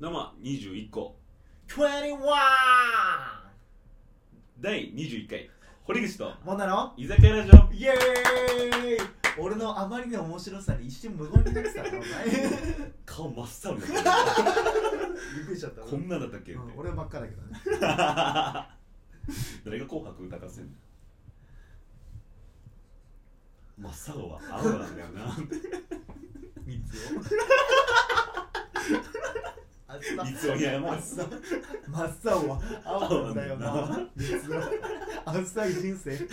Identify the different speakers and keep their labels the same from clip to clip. Speaker 1: 生21個
Speaker 2: 21
Speaker 1: 第21回堀口と
Speaker 2: もんなの
Speaker 1: 居酒屋ラジオ
Speaker 2: イエーイ俺のあまりの面白さに一瞬無言になって たからお前
Speaker 1: 顔真っ青になってる
Speaker 2: びっくりしちゃっ た
Speaker 1: こんなんだったっけって、
Speaker 2: うん俺ばっかだけどね
Speaker 1: 誰が紅白歌合戦真っ青は青なんだよな
Speaker 2: 三つを
Speaker 1: いつもに謝る
Speaker 2: 真っ青は青なんだよ
Speaker 1: 青な
Speaker 2: な実は青い人生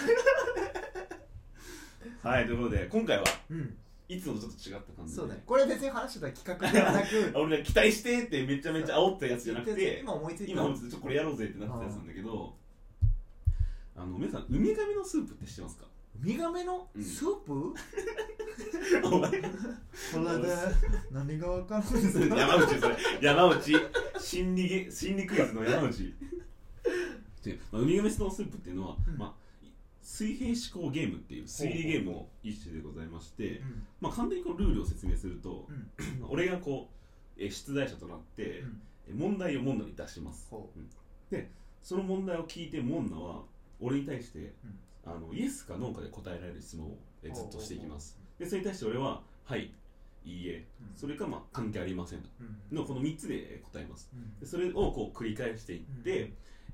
Speaker 1: はいということで今回は
Speaker 2: うん
Speaker 1: いつもとちょっと違った感じで
Speaker 2: そうだねこれ別に話してた企画で はなく
Speaker 1: 俺ら期待してってめちゃめちゃ煽ったやつじゃなくて
Speaker 2: 今思いついた
Speaker 1: 今もちょっとこれやろうぜってなってたやつなんだけどあの皆さんウミガメのスープって知ってますか
Speaker 2: ウミガメのスープ、
Speaker 1: お前
Speaker 2: これで何がわかんないんですか
Speaker 1: 山内それ山内心理ゲ心理クイズの山内で、まあ、ウミガメのスープっていうのは、
Speaker 2: うん
Speaker 1: まあ、水平思考ゲームっていう推理ゲームの一種でございまして、
Speaker 2: うん
Speaker 1: まあ、簡単にこのルールを説明すると、
Speaker 2: うん
Speaker 1: 俺がこうえー出題者となって、
Speaker 2: うん
Speaker 1: えー問題をモンナに出します
Speaker 2: ほ
Speaker 1: その問題を聞いてモンナは俺に対して、
Speaker 2: うん
Speaker 1: あのイエスかノーかで答えられる質問をえーずっとしていきます
Speaker 2: ほうほ
Speaker 1: でそれに対して俺は「はい」「いいえ」
Speaker 2: うん
Speaker 1: それか、まあ「関係ありません」
Speaker 2: うん
Speaker 1: のこの3つでえー答えます
Speaker 2: うん
Speaker 1: でそれをこう繰り返していって、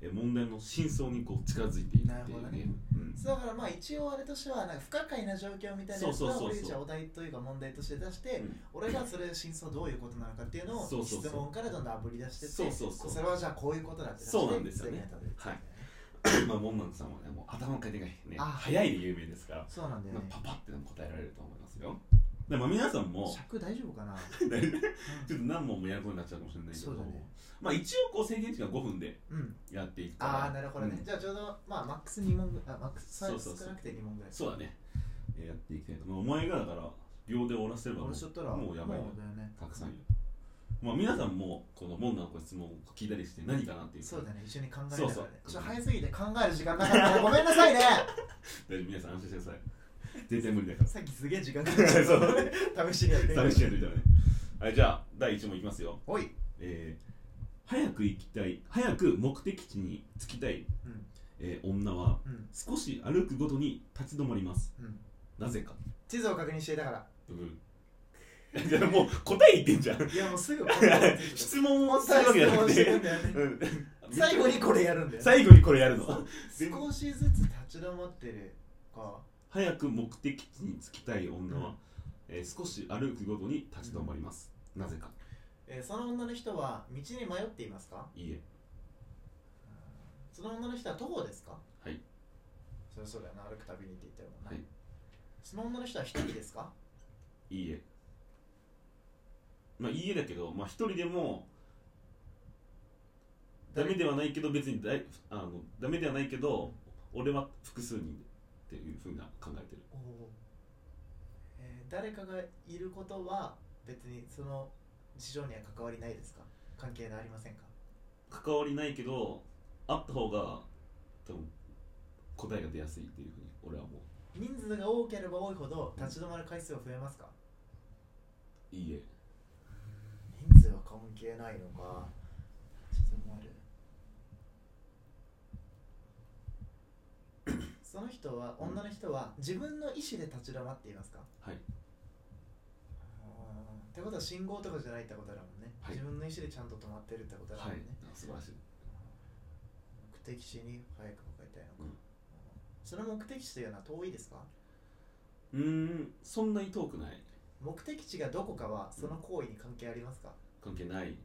Speaker 1: えー問題の真相にこう近づいていく
Speaker 2: な
Speaker 1: っ
Speaker 2: る
Speaker 1: てい
Speaker 2: ほ
Speaker 1: う
Speaker 2: ど
Speaker 1: ね
Speaker 2: ね
Speaker 1: うん
Speaker 2: そうだからまあ一応あれとしてはなんか不可解な状況みたいなやつ
Speaker 1: そうそうそうそ
Speaker 2: を
Speaker 1: う
Speaker 2: 俺たちはお題というか問題として出して
Speaker 1: うん
Speaker 2: 俺がそれ真相どういうことなのかっていうの
Speaker 1: そう
Speaker 2: を
Speaker 1: そうそう
Speaker 2: 質問からどんどん炙り出してって
Speaker 1: そうそうそう
Speaker 2: れはじゃあこういうことだって出して
Speaker 1: そうなんですよね
Speaker 2: 次に当たるってう
Speaker 1: はいまあモンナンさんはねもう頭の回転がね
Speaker 2: あ
Speaker 1: 早いで有名ですから、
Speaker 2: そうなんだよ
Speaker 1: まあ
Speaker 2: ね
Speaker 1: パパってでも答えられると思いますよで、まあ、皆さん も
Speaker 2: 尺大丈夫かな
Speaker 1: ちょっと何問もやることになっちゃうかもしれないけ
Speaker 2: そ
Speaker 1: ど、
Speaker 2: うだね
Speaker 1: まあ一応こう制限時間5分で
Speaker 2: うん
Speaker 1: やっていくから
Speaker 2: ああなるほどね、
Speaker 1: うん
Speaker 2: じゃあちょうどまあマックス2問ぐらいあマックス
Speaker 1: そうそうそう
Speaker 2: 少なくて2問ぐらい
Speaker 1: そうだね、えーやっていきたいと、まあ、お前がだから秒で終わらせればもう
Speaker 2: 俺しとったら
Speaker 1: もうやばいよ
Speaker 2: だよね
Speaker 1: たくさんいる、まあ、皆さんもこのモンナンのご質問を聞いたりして何かなっていう
Speaker 2: そうだね一緒に考えながらね
Speaker 1: そうそう
Speaker 2: ちょっと早すぎて考える時間なかったねごめんなさいね
Speaker 1: 大丈夫皆さん安心してください全然無理だから
Speaker 2: さっきすげえ時間かかっちゃっ た
Speaker 1: そ
Speaker 2: 試しにやってみ
Speaker 1: 寂しいやつみたいなねはいじゃあ第1問いきますよ
Speaker 2: おい、
Speaker 1: えー早く行きたい早く目的地に着きたい、
Speaker 2: うん
Speaker 1: えー女は
Speaker 2: うん
Speaker 1: 少し歩くごとに立ち止まります
Speaker 2: うん、
Speaker 1: なぜか
Speaker 2: 地図を確認していたから
Speaker 1: うん いやもう答え言ってんじゃん
Speaker 2: いやもうすぐ
Speaker 1: 質問を
Speaker 2: 問
Speaker 1: するわけじゃなく
Speaker 2: して
Speaker 1: て
Speaker 2: るんだよね
Speaker 1: うん
Speaker 2: 最後にこれやるんだよね
Speaker 1: 最後にこれやるの
Speaker 2: 少しずつ立ち止まってるか
Speaker 1: 早く目的地に着きたい女は、えー少し歩くごとに立ち止まります、なぜか
Speaker 2: えーその女の人は道に迷っていますか
Speaker 1: いいえ
Speaker 2: その女の人は徒歩ですか
Speaker 1: はい
Speaker 2: そりゃそうだよな歩くたびにって言ってるもんな、
Speaker 1: はい
Speaker 2: その女の人は一人ですか
Speaker 1: いいえまあいいえだけどまあ一人でもダメではないけど別にだいあのダメではないけど俺は複数人っていうふうな考えてる
Speaker 2: おお、えー誰かがいることは別にその事情には関わりないですか関係ありませんか
Speaker 1: 関わりないけどあった方が多分答えが出やすいっていうふうに俺はも
Speaker 2: 人数が多ければ多いほど立ち止まる回数は増えますか
Speaker 1: ういいえ
Speaker 2: 人数は関係ないのか立ち止まる その人は女の人は自分の意思で立ち止まっていますか
Speaker 1: はい
Speaker 2: あーってことは信号とかじゃないってことだもんね、
Speaker 1: はい
Speaker 2: 自分の意思でちゃんと止まってるってことだもん
Speaker 1: はい
Speaker 2: ね、
Speaker 1: 素晴らしい
Speaker 2: 目的地に早く向かいたいのか、
Speaker 1: うん
Speaker 2: その目的地というのは遠いですか
Speaker 1: うーんそんなに遠くない
Speaker 2: 目的地がどこかはその行為に関係ありますか、
Speaker 1: 関係ない
Speaker 2: へ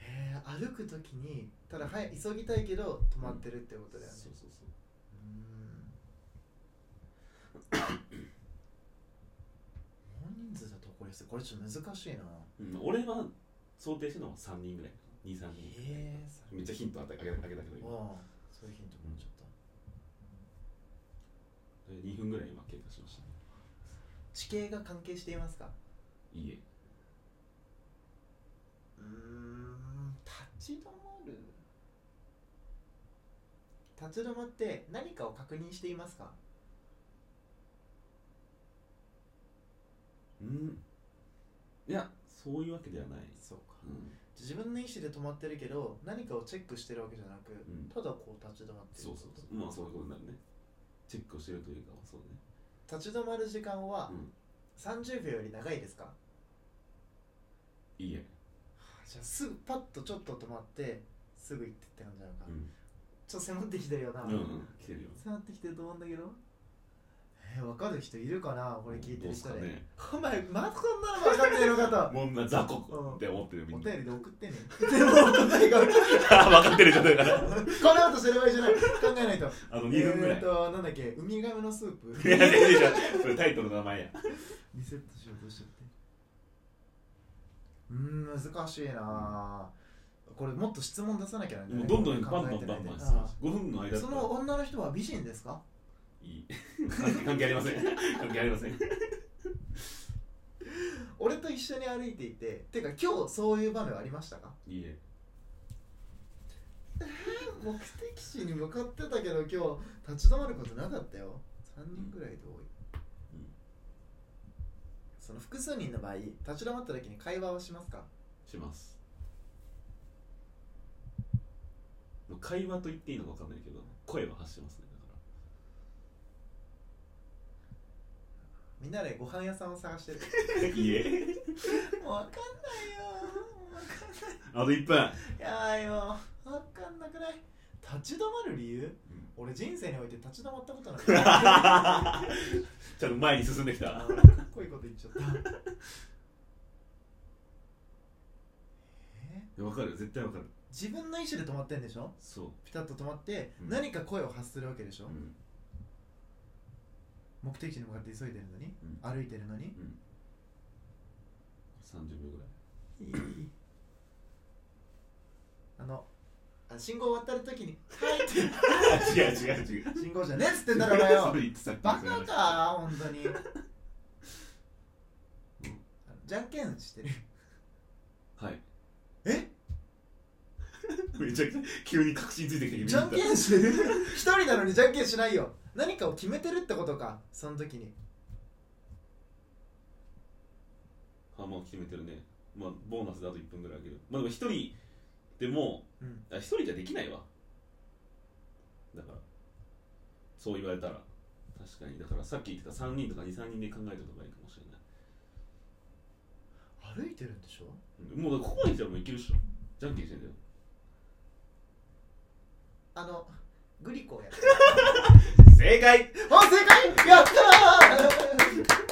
Speaker 2: え歩く時にただ早い急ぎたいけど止まってるってことだよね、
Speaker 1: そうそうそう
Speaker 2: うーん大人数だとこれこれちょっと難しいな
Speaker 1: うん、俺は想定してるのは3人ぐらい23
Speaker 2: へ
Speaker 1: 人
Speaker 2: えそれ
Speaker 1: めっちゃヒントあげあげたけど今
Speaker 2: ああそういうヒントもらっちゃった
Speaker 1: 2分ぐらい今経過しましたね
Speaker 2: 地形が関係していますか
Speaker 1: いいえ
Speaker 2: うーん立ち止まる立ち止まって何かを確認していますか
Speaker 1: うんいやそういうわけではない、
Speaker 2: そうか
Speaker 1: うん、
Speaker 2: 自分の意思で止まってるけど何かをチェックしてるわけじゃなく、
Speaker 1: ん
Speaker 2: ただこう立ち止まってる
Speaker 1: そうそうそうまあそういうことになるねチェックをしてるというかそうね
Speaker 2: 立ち止まる時間は
Speaker 1: うん
Speaker 2: 30秒より長いですか、
Speaker 1: いいえ
Speaker 2: じゃあすぐパッとちょっと止まってすぐ行ってって感じなのか、
Speaker 1: うん
Speaker 2: ちょっと迫ってきてるよな、
Speaker 1: うんうん来てるよ
Speaker 2: 迫ってきてると思うんだけどえー、分かる人いるかなこれ聞いてる人
Speaker 1: どう
Speaker 2: で、
Speaker 1: すかね
Speaker 2: お前まずこんなの分かってるのかと
Speaker 1: もうな雑魚って思って るみ
Speaker 2: お
Speaker 1: んな
Speaker 2: 便りで送ってねでも答えが分かる
Speaker 1: 分かってる状態だから
Speaker 2: こんなことしてる場合じゃない考えないと
Speaker 1: あの2分ぐら
Speaker 2: えー
Speaker 1: い
Speaker 2: となんだっけウミガメのスー プ
Speaker 1: いやいやいやそれタイトルの名前や
Speaker 2: リセットしようとしちゃってうーん難しいなぁこれもっと質問出さなきゃなんだね
Speaker 1: もうどんどん
Speaker 2: 考
Speaker 1: バンバ
Speaker 2: え
Speaker 1: ン
Speaker 2: て
Speaker 1: バ
Speaker 2: ない
Speaker 1: ン
Speaker 2: で
Speaker 1: バン
Speaker 2: あ
Speaker 1: 5分の間
Speaker 2: あ
Speaker 1: だっ
Speaker 2: そ
Speaker 1: た
Speaker 2: の
Speaker 1: ら
Speaker 2: 女の人は美人ですか
Speaker 1: いい関係ありません関係ありません
Speaker 2: 俺と一緒に歩いていててか今日そういう場面はありましたか
Speaker 1: いいえ
Speaker 2: 目的地に向かってたけど今日立ち止まることなかったよ3人ぐらいで多い、
Speaker 1: うん
Speaker 2: その複数人の場合立ち止まった時に会話をしますか
Speaker 1: しますもう会話と言っていいのか分かんないけど声は発してますねだか
Speaker 2: みんなでご飯屋さんを探してる
Speaker 1: らいいえ
Speaker 2: もうわかんないよもうわかんない
Speaker 1: あと1分
Speaker 2: いやーよ分かんなくない立ち止まる理由、俺人生において立ち止まっ たことなくない
Speaker 1: ちゃんと前に進んでき
Speaker 2: あ
Speaker 1: た
Speaker 2: ーかっこいいこと言っちゃったえ
Speaker 1: 分かる絶対分かる
Speaker 2: ー自分の意思で止まってんでしょ
Speaker 1: そう
Speaker 2: ピタッと止まって、
Speaker 1: うん
Speaker 2: 何か声を発するわけでしょ、
Speaker 1: うん
Speaker 2: 目的地に向かって急いでるのに、
Speaker 1: うん
Speaker 2: 歩いてるのに
Speaker 1: うん30秒ぐらい
Speaker 2: あのあ信号渡るときに「はい」って
Speaker 1: 違う違う違う
Speaker 2: 信号じゃねえっつってんだろお前よ
Speaker 1: それ言ってさっき
Speaker 2: バカか本当に じゃんけんしてる
Speaker 1: はい
Speaker 2: え
Speaker 1: めちゃくちゃ急に確信ついてきて
Speaker 2: じゃんけんしてる一人なのにじゃんけんしないよ何かを決めてるってことかその時に
Speaker 1: あもう決めてるねまあボーナスであと1分ぐらいあげるまあでも1人でも
Speaker 2: うん
Speaker 1: あ1人じゃできないわだからそう言われたら確かにだからさっき言ってた3人とか23人で考えた方がいいかもしれない
Speaker 2: 歩いてるんでしょ
Speaker 1: うんもうここまで来たらもういけるっしょじゃんけんしてんだよ
Speaker 2: あのグリコやった
Speaker 1: 正解
Speaker 2: あ正解やったー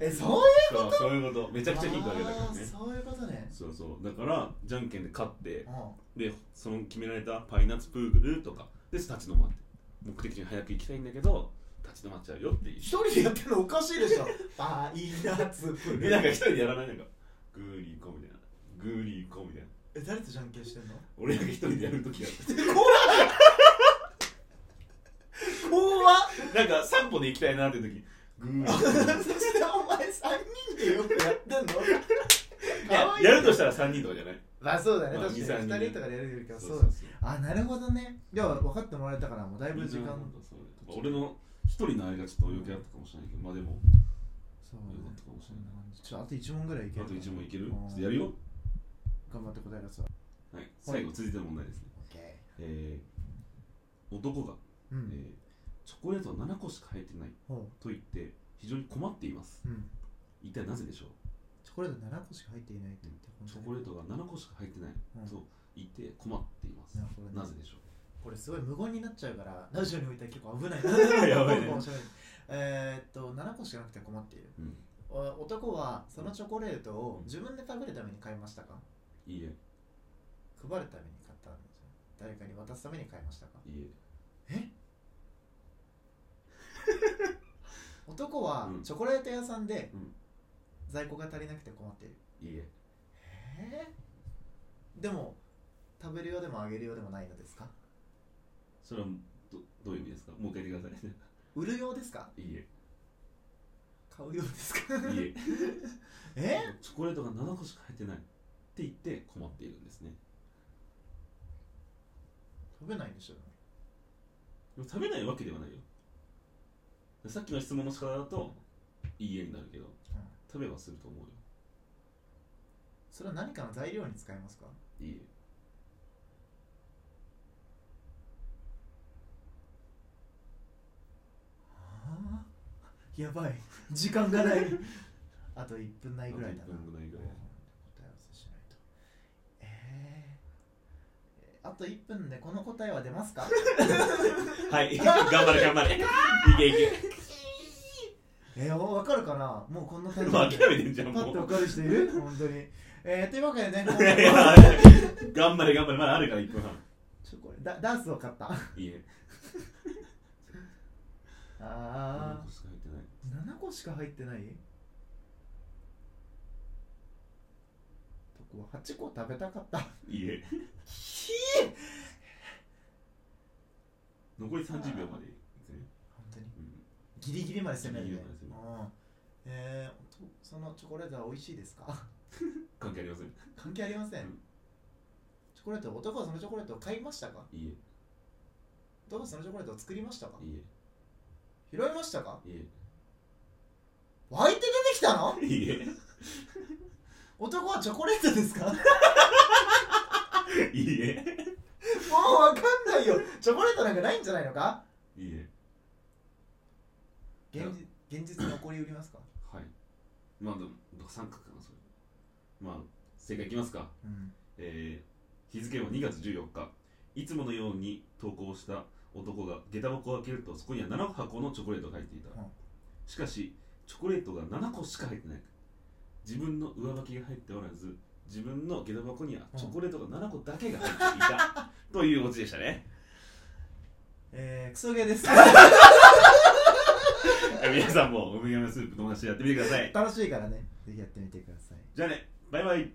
Speaker 2: えそういう
Speaker 1: そうそういうことめちゃくちゃヒントあげたから
Speaker 2: あー
Speaker 1: ね
Speaker 2: そういうことね
Speaker 1: そうそうだからじゃんけんで勝って
Speaker 2: うん
Speaker 1: でその決められたパイナッツプーグルとかで立ち止まって目的地に早く行きたいんだけど立ち止まっちゃうよっていう
Speaker 2: 一人でやってるのおかしいでしょパイナッ ツプ
Speaker 1: えなんか
Speaker 2: ル
Speaker 1: 一人でやらないなんかグーリーコみたいなグーリーコみたいな
Speaker 2: え誰とじゃんけんしてんの
Speaker 1: 俺なんか一人でやるときやって
Speaker 2: 怖っ
Speaker 1: なんか散歩で行きたいなっていうときグーリ
Speaker 2: そ
Speaker 1: ー コ
Speaker 2: してお前3人でよくやってんの
Speaker 1: いややるとしたら3人とかじゃない
Speaker 2: まあそうだね、
Speaker 1: まあ
Speaker 2: 確
Speaker 1: 二
Speaker 2: か
Speaker 1: 三
Speaker 2: に
Speaker 1: 人
Speaker 2: 2人とかでやるよりかはそうだね
Speaker 1: そうそう
Speaker 2: あなるほどねでは分かってもらえたからもうだいぶ時
Speaker 1: ま
Speaker 2: 間
Speaker 1: あ俺の一人のあれがちょっと余計あったかもしれないけどまあでも
Speaker 2: そう
Speaker 1: よかったかもしれない
Speaker 2: ちょっとあと1問ぐらいいけ
Speaker 1: あ
Speaker 2: る
Speaker 1: と1問いけるち
Speaker 2: う
Speaker 1: ょ
Speaker 2: ん
Speaker 1: っとやるよ
Speaker 2: 頑張って答え出すわ
Speaker 1: はい最後続いての問題ですね
Speaker 2: OK
Speaker 1: えー男が、
Speaker 2: う
Speaker 1: え
Speaker 2: ん
Speaker 1: ーチョコレートは7個しか入ってない
Speaker 2: ほ
Speaker 1: と言って非常に困っています
Speaker 2: ううん
Speaker 1: 一体なぜでしょう
Speaker 2: チョコレート7個しか入っていないって言って
Speaker 1: チョコレートが7個しか入ってない
Speaker 2: うん
Speaker 1: と言って困っています
Speaker 2: なるほどね
Speaker 1: なぜでしょ
Speaker 2: これすごい無言になっちゃうからラジオに置いたら結構危ない
Speaker 1: やばいね
Speaker 2: ポンポン喋るえーっと7個しかなくて困っている
Speaker 1: う、うん、
Speaker 2: お男はそのチョコレートを自分で食べるために買いましたか
Speaker 1: いいえ
Speaker 2: 配るために買ったんですよ誰かに渡すために買いましたか
Speaker 1: いい
Speaker 2: 男は
Speaker 1: うん
Speaker 2: チョコレート屋さんで
Speaker 1: うん
Speaker 2: 在庫が足りなくて困っている、
Speaker 1: えいいえ
Speaker 2: えーでも食べるようでもあげるようでもないのですか
Speaker 1: それはどどういう意味ですかもう一回言ってくださいね
Speaker 2: 売るようですか
Speaker 1: いいえ
Speaker 2: 買うようですか
Speaker 1: いい
Speaker 2: え
Speaker 1: えチョコレートが7個しか入ってないって言って困っているんですね
Speaker 2: 食べないんでしょ
Speaker 1: でも食べないわけではないよさっきの質問の仕方だといいえになるけど食べはすると思うよ
Speaker 2: それは何かの材料に使えますか
Speaker 1: いいえ
Speaker 2: あーやばい時間がないあと1分ないぐらいだな
Speaker 1: あと一分ぐらいぐらい
Speaker 2: 答え合わせしないとえーえーあと1分でこの答えは出ま すか
Speaker 1: はい頑張れ頑張れいけい
Speaker 2: えー、お分かるかなもうこんな
Speaker 1: け
Speaker 2: タイ
Speaker 1: もう
Speaker 2: ミング
Speaker 1: 諦
Speaker 2: で
Speaker 1: めてんじゃん
Speaker 2: パッ
Speaker 1: も
Speaker 2: と分
Speaker 1: う
Speaker 2: かる人いる本当にえー、というわけ でね
Speaker 1: いやいや頑張れ頑張れまだあるから1分半
Speaker 2: ちょこれダダンスを買った
Speaker 1: いいえ
Speaker 2: あ
Speaker 1: 何個しか入ってない
Speaker 2: ー7個しか入ってない僕は8個食べたか った
Speaker 1: いいえ残り30秒までいくね
Speaker 2: 本当に
Speaker 1: うん
Speaker 2: ギリギリまで攻めるね
Speaker 1: ギリギリまで攻
Speaker 2: うんえー、とそのチョコレートは美味しいです か
Speaker 1: 関係ありません
Speaker 2: 関係ありません、
Speaker 1: うん
Speaker 2: チョコレート男はそのチョコレートを買いましたか
Speaker 1: いい
Speaker 2: 男はそのチョコレートを作りましたか
Speaker 1: えいい
Speaker 2: 拾いましたか
Speaker 1: えい
Speaker 2: 湧いて出てきたの
Speaker 1: えいいえ
Speaker 2: 男はチョコレート ですかもう
Speaker 1: いいえ
Speaker 2: わかんないよチョコレートなんかないんじゃないのか
Speaker 1: いいえ
Speaker 2: 現実現実に起こりうりますか
Speaker 1: はいまあでも三角かなそれまあ正解いきますか
Speaker 2: うん
Speaker 1: えー日付は2月14日いつものように投稿した男が下駄箱を開けるとそこには7箱のチョコレートが入っていた、
Speaker 2: うん
Speaker 1: しかしチョコレートが7個しか入ってない自分の上履きが入っておらず自分の下駄箱にはチョコレートが7個だけが入ってい た、というオチでしたね
Speaker 2: えー、クソゲー です
Speaker 1: 皆さんもウミガメスープ友達とやってみてください
Speaker 2: 楽しいからねぜひやってみてください
Speaker 1: じゃあねバイバイ